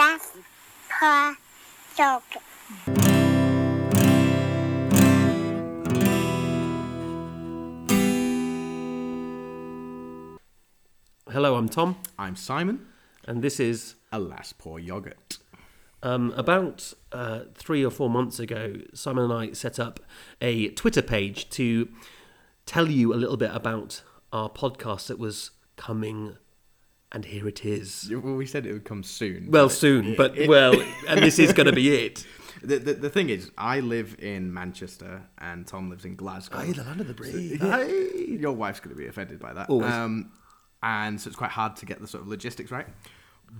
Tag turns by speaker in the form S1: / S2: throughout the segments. S1: รักพอจบ
S2: Hello, I'm Tom,
S3: I'm Simon.
S2: and this is
S3: Alas, poor yogurt.
S2: um, about uh, three or four months ago. Simon and I set up a Twitter page to tell you a little bit about our podcast that was coming, and here it is.
S3: Well, we said it would come soon.
S2: Well, soon, but well, and this is going to be it.
S3: the, the, the thing is, I live in Manchester and Tom lives in Glasgow.
S2: Aye, the land of the brave.
S3: Yeah.
S2: Aye.
S3: Your wife's going to be offended by that.
S2: Always.
S3: Um, and so it's quite hard to get the sort of logistics right.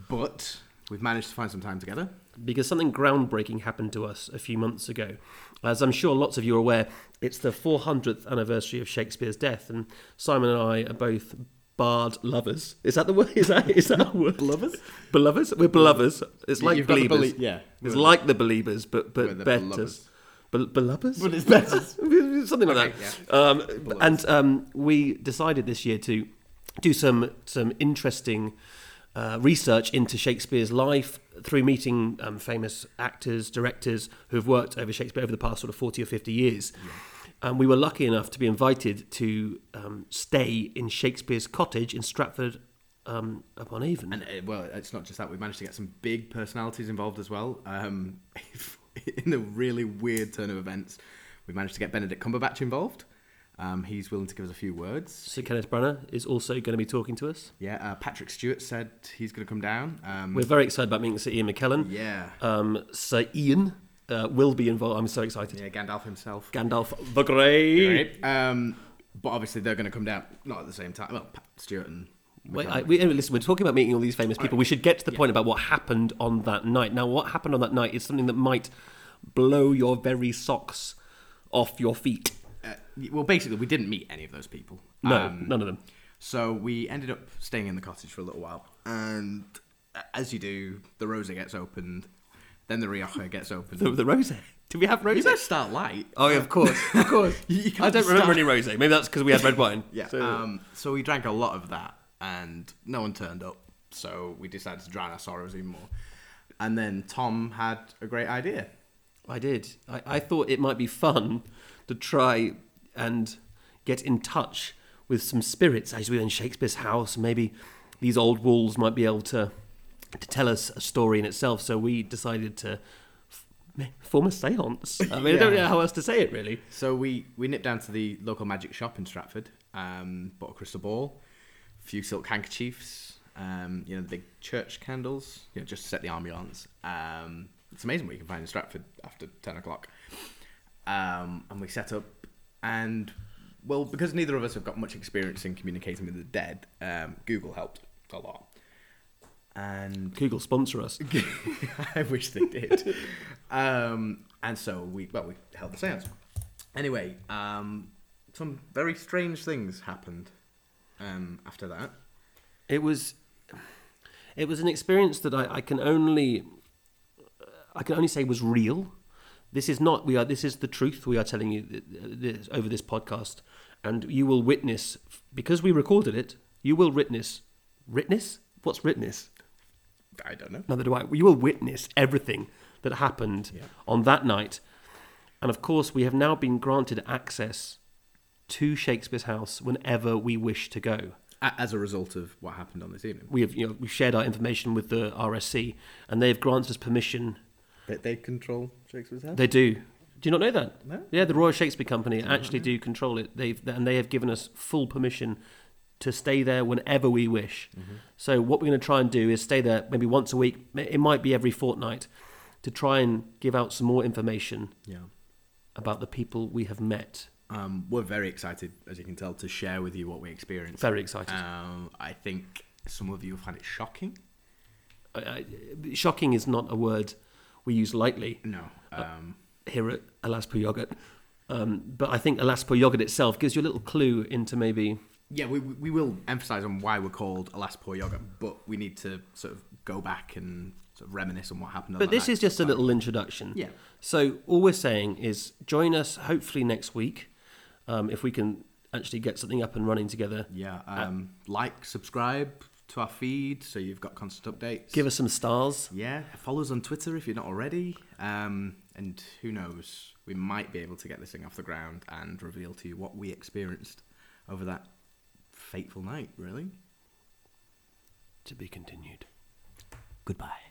S3: But we've managed to find some time together.
S2: because something groundbreaking happened to us a few months ago. As I'm sure lots of you are aware, it's the 400th anniversary of Shakespeare's death, and Simon and I are both bard lovers. Is that the word? Is that is that a word?
S3: Belovers?
S2: Belovers? We're belovers. It's like
S3: You've got the
S2: believers.
S3: belie- yeah.
S2: it's
S3: We're-
S2: like the believers, but
S3: We're
S2: but
S3: the
S2: better.
S3: belovers.
S2: Be- belovers?
S3: But it's better.
S2: something like
S3: Okay,
S2: that. Um, and um, we decided this year to do some some interesting uh, research into Shakespeare's life through meeting um, famous actors, directors who have worked over Shakespeare over the past sort of forty or fifty years. And we were lucky enough to be invited to um, stay in Shakespeare's cottage in Stratford um, upon Avon.
S3: And uh, well, it's not just that. We managed to get some big personalities involved as well. Um, in a really weird turn of events, we managed to get Benedict Cumberbatch involved. Um, he's willing to give us a few words.
S2: Sir Kenneth Branagh is also going to be talking to us.
S3: Yeah, uh, Patrick Stewart said he's going to come down. Um,
S2: We're very excited about meeting Sir Ian McKellen.
S3: yeah,
S2: Um, Sir Ian uh, will be involved. I'm so excited.
S3: yeah, Gandalf himself.
S2: Gandalf the Grey.
S3: Right. Um, but obviously they're going to come down not at the same time. Well, Pat Stewart and
S2: Wait,
S3: McKellen.
S2: I, we, anyway, listen, we're talking about meeting all these famous people. We should get to the point about what happened on that night. Now, what happened on that night is something that might blow your very socks off your feet.
S3: Uh, well, basically, we didn't meet any of those people.
S2: No,
S3: Um,
S2: none of them.
S3: So we ended up staying in the cottage for a little while, and as you do, the Rosa gets opened, then the Rioja gets opened.
S2: The, the rose. Do we have
S3: you
S2: rose?
S3: better start light.
S2: Oh, yeah, of course, of course.
S3: You- you can't
S2: I don't remember
S3: start-
S2: any rose. Maybe that's because we had red wine.
S3: Yeah.
S2: So-
S3: um, so we drank a lot of that, and no one turned up. So we decided to drown our sorrows even more. And then Tom had a great idea.
S2: I did. I, I thought it might be fun to try and get in touch with some spirits as we were in Shakespeare's house. Maybe these old walls might be able to to tell us a story in itself. So we decided to f- me- form a séance. I mean, I don't
S3: Yeah.
S2: know how else to say it really.
S3: So we we nipped down to the local magic shop in Stratford, um, bought a crystal ball, a few silk handkerchiefs, um, you know, the big church candles, you know, just to set the ambiance. Um, it's amazing what you can find in Stratford after ten o'clock. Um, and we set up, and well, because neither of us have got much experience in communicating with the dead, um, Google helped a lot. And
S2: Google sponsor us.
S3: I wish they did. um, and so we, well, we held the seance. Anyway, um, some very strange things happened um, after that.
S2: It was it was an experience that I, I can only I can only say was real. This is not we are this is the truth we are telling you th- th- this, over this podcast, and you will witness because we recorded it. You will witness witness what's witness.
S3: I don't know.
S2: Neither do I. You will witness everything that happened on that night, and of course we have now been granted access to Shakespeare's house whenever we wish to go.
S3: A- As a result of what happened on this evening,
S2: we have you know we shared our information with the RSC and they've granted us permission.
S3: that they control Shakespeare's house.
S2: They do. Do you not know that?
S3: No.
S2: Yeah, the Royal Shakespeare Company actually do control it. They've and they have given us full permission to stay there whenever we wish. So what we're going to try and do is stay there maybe once a week. It might be every fortnight to try and give out some more information
S3: yeah.
S2: about the people we have met.
S3: Um, we're very excited, as you can tell, to share with you what we experienced.
S2: Very excited.
S3: Um, I think some of you will find it shocking.
S2: I, I, shocking is not a word we use lightly.
S3: No.
S2: Uh,
S3: Um,
S2: here at Alas Poor Yogurt. Um, but I think Alas Poor Yogurt itself gives you a little clue into maybe.
S3: yeah, we, we we will emphasise on why we're called Alas Poor Yogurt, but we need to sort of go back and sort of reminisce on what happened. on
S2: But
S3: that
S2: this
S3: night.
S2: is just a little introduction.
S3: Yeah.
S2: So all we're saying is join us hopefully next week um, if we can actually get something up and running together.
S3: Yeah. Um, like, subscribe, to our feed, so you've got constant updates.
S2: Give us some stars.
S3: yeah, follow us on Twitter if you're not already. Um, and who knows, we might be able to get this thing off the ground and reveal to you what we experienced over that fateful night. Really.
S2: To be continued.
S3: Goodbye.